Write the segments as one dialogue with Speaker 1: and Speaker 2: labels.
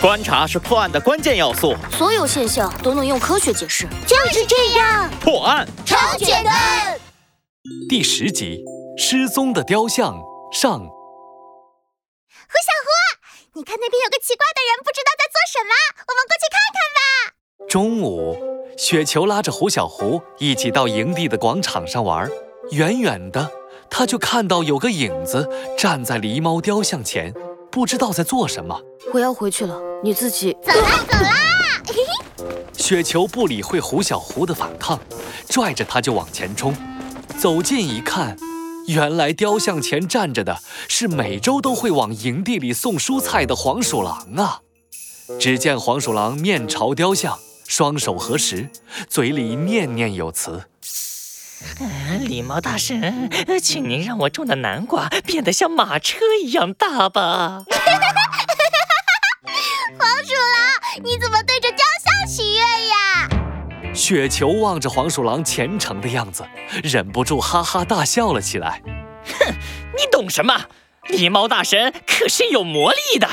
Speaker 1: 观察是破案的关键要素，
Speaker 2: 所有现象都能用科学解释，
Speaker 3: 就是这样，
Speaker 1: 破案
Speaker 3: 超简单。
Speaker 4: 第十集《失踪的雕像》上，
Speaker 3: 胡小胡，你看那边有个奇怪的人，不知道在做什么，我
Speaker 4: 中
Speaker 3: 们过去看看吧。
Speaker 4: 午，雪球拉着胡小胡一起到营地的广场上玩儿。远远的，他就看到有个影子站在狸猫雕像前，不知道在做什么。
Speaker 2: 我要回去了，你自己
Speaker 3: 走啦走啦，
Speaker 4: 雪球不理会胡小胡的反抗，拽着他就往前冲。走近一看，原来雕像前站着的是每周都会往营地里送蔬菜的黄鼠狼啊！只见黄鼠狼面朝雕像，双手合十，嘴里念念有词。
Speaker 5: 呃礼貌大神，呃请您让我种的南瓜变得像马车一样大吧。
Speaker 3: 黄鼠狼，你怎么对着雕像许愿呀？
Speaker 4: 雪球望着黄鼠狼虔诚的样子，忍不住哈哈大笑了起来。
Speaker 5: 你懂什么？狸猫大神可是有魔力的。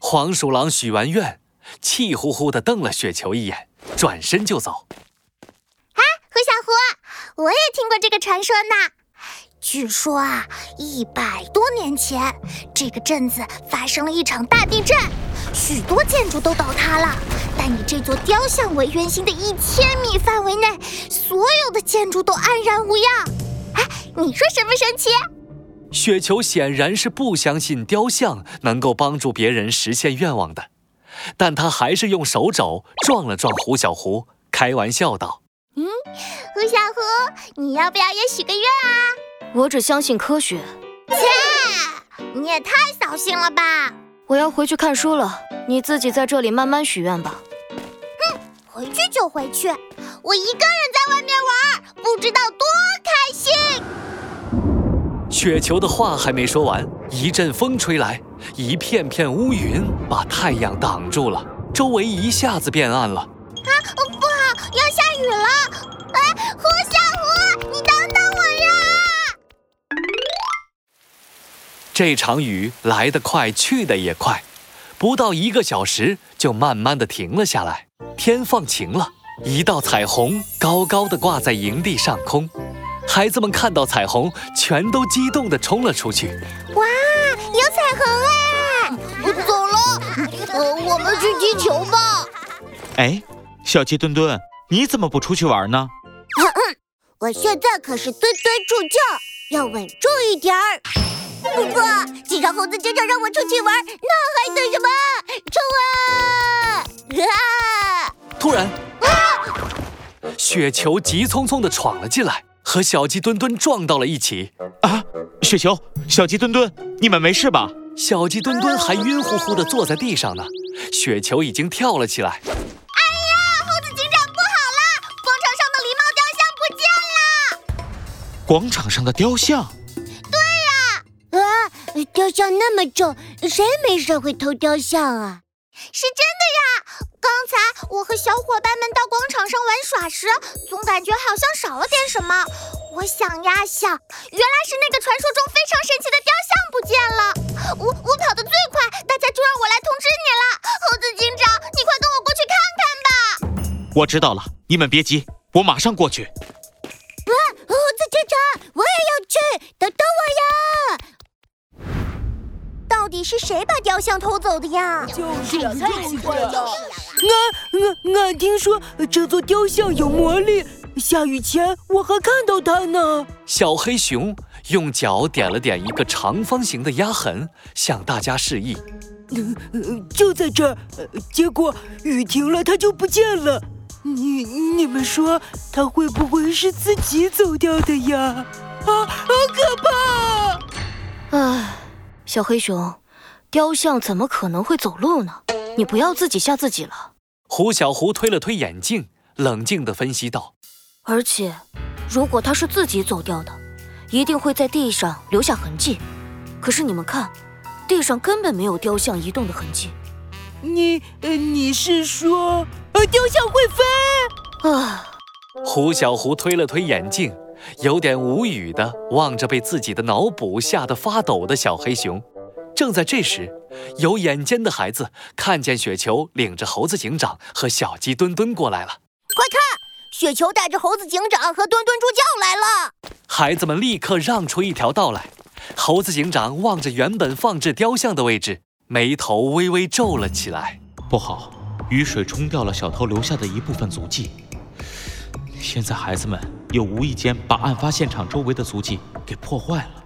Speaker 4: 黄鼠狼许完愿，气呼呼地瞪了雪球一眼，转身就走。
Speaker 3: 胡小胡，我也听过这个传说呢。据说啊，一百多年前，这个镇子发生了一场大地震，许多建筑都倒塌了。但以这座雕像为圆形的一千米范围内，所有的建筑都安然无恙。哎，你说神不神奇？
Speaker 4: 雪球显然是不相信雕像能够帮助别人实现愿望的，但他还是用手肘撞了撞胡小胡，开玩笑道
Speaker 3: 胡小胡，你要不要也许个愿啊？
Speaker 2: 我只相信科学。
Speaker 3: 啊你也太扫兴了吧！
Speaker 2: 我要回去看书了，你自己在这里慢慢许愿吧。
Speaker 3: 回去就回去，我一个人在外面玩，不知道多开心。：“
Speaker 4: 雪球的话还没说完，一阵风吹来，一片片乌云把太阳挡住了，周围一下子变暗了。
Speaker 3: 哦，不好，要下雨了！哎，胡小胡，你等等我呀！
Speaker 4: 这场雨来得快，去得也快，不到一个小时就慢慢的停了下来。天放晴了，一道彩虹高高的挂在营地上空。孩子们看到彩虹，全都激动地冲了出去。
Speaker 3: 哇，有彩虹哎！走了，我我们去踢球吧。
Speaker 6: 哎，小鸡墩墩，你怎么不出去玩呢？
Speaker 3: 我现在可是墩墩助教，要稳重一点儿。不过，既然猴子警长让我出去玩，那还等什么？ 冲啊！啊！
Speaker 4: 突然，雪球急匆匆地闯了进来，和小鸡墩墩撞到了一起。
Speaker 6: 雪球，小鸡墩墩，你们没事吧？
Speaker 4: 小鸡墩墩还晕乎乎地坐在地上呢，雪球已经跳了起来。
Speaker 3: 猴子警长不好啦！广场上的狸猫雕像不见了。
Speaker 6: 广场上的雕像，
Speaker 3: 啊，雕像那么重，谁没事会偷雕像啊？是真的呀！刚才我和小伙伴们到广场上玩耍时，总感觉好像少了点什么。我想呀想，原来是那个传说中非常神奇的雕像不见了。我我跑得最快，大家就让我来通知你了。猴子警长，你快跟我过去看看吧！
Speaker 6: 我知道了，你们别急，我马上过去。
Speaker 3: 猴子警长，我也要去，等等我呀！到底是谁把雕像偷走的呀？就是啊呀，太奇怪了！
Speaker 7: 俺俺呃听说呃这座雕像有魔力，下雨前我还看到它呢。
Speaker 4: 小黑熊用脚点了点一个长方形的压痕，向大家示意。
Speaker 7: 呃就在这儿，呃结果雨停了，它就不见了。你你们说，它会不会是自己走掉的呀？啊，好可怕！
Speaker 2: 唉，小黑熊，雕像怎么可能会走路呢？你不要自己吓自己了。
Speaker 4: 胡小胡推了推眼镜，冷静地分析道
Speaker 2: 而且，如果它是自己走掉的，一定会在地上留下痕迹。可是你们看，地上根本没有雕像移动的痕迹。
Speaker 7: 你呃你是说，呃，雕像会飞？
Speaker 2: 啊，：“
Speaker 4: 胡小胡推了推眼镜，有点无语地望着被自己的脑补吓得发抖的小黑熊。”正在这时，有眼尖的孩子看见雪球领着猴子警长和小鸡墩墩过来了。
Speaker 3: 雪球带着猴子警长和墩墩猪叫来了。
Speaker 4: 孩子们立刻让出一条道来。猴子警长望着原本放置雕像的位置，眉头微微皱了起来。
Speaker 6: 不好，雨水冲掉了小偷留下的一部分足迹。现在孩子们又无意间把案发现场周围的足迹给破坏了。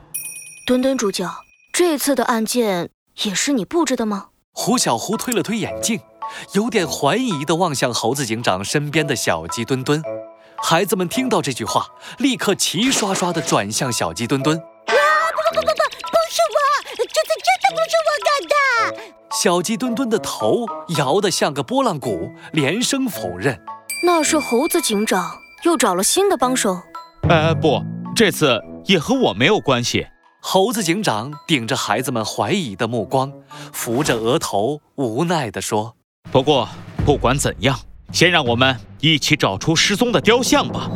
Speaker 2: 墩墩主角，这次的案件也是你布置的吗？
Speaker 4: 胡小胡推了推眼镜，有点怀疑地望向猴子警长身边的小鸡墩墩。孩子们听到这句话，立刻齐刷刷地转向小鸡墩墩。
Speaker 3: 不是我，这次真的不是我干的。
Speaker 4: 小鸡墩墩的头摇得像个拨浪鼓，连声否认。
Speaker 2: 那是猴子警长又找了新的帮手。
Speaker 6: 哎，不，这次也和我没有关系。
Speaker 4: 猴子警长顶着孩子们怀疑的目光，扶着额头，无奈地说
Speaker 6: 不过不管怎样，先让我们一起找出失踪的雕像吧。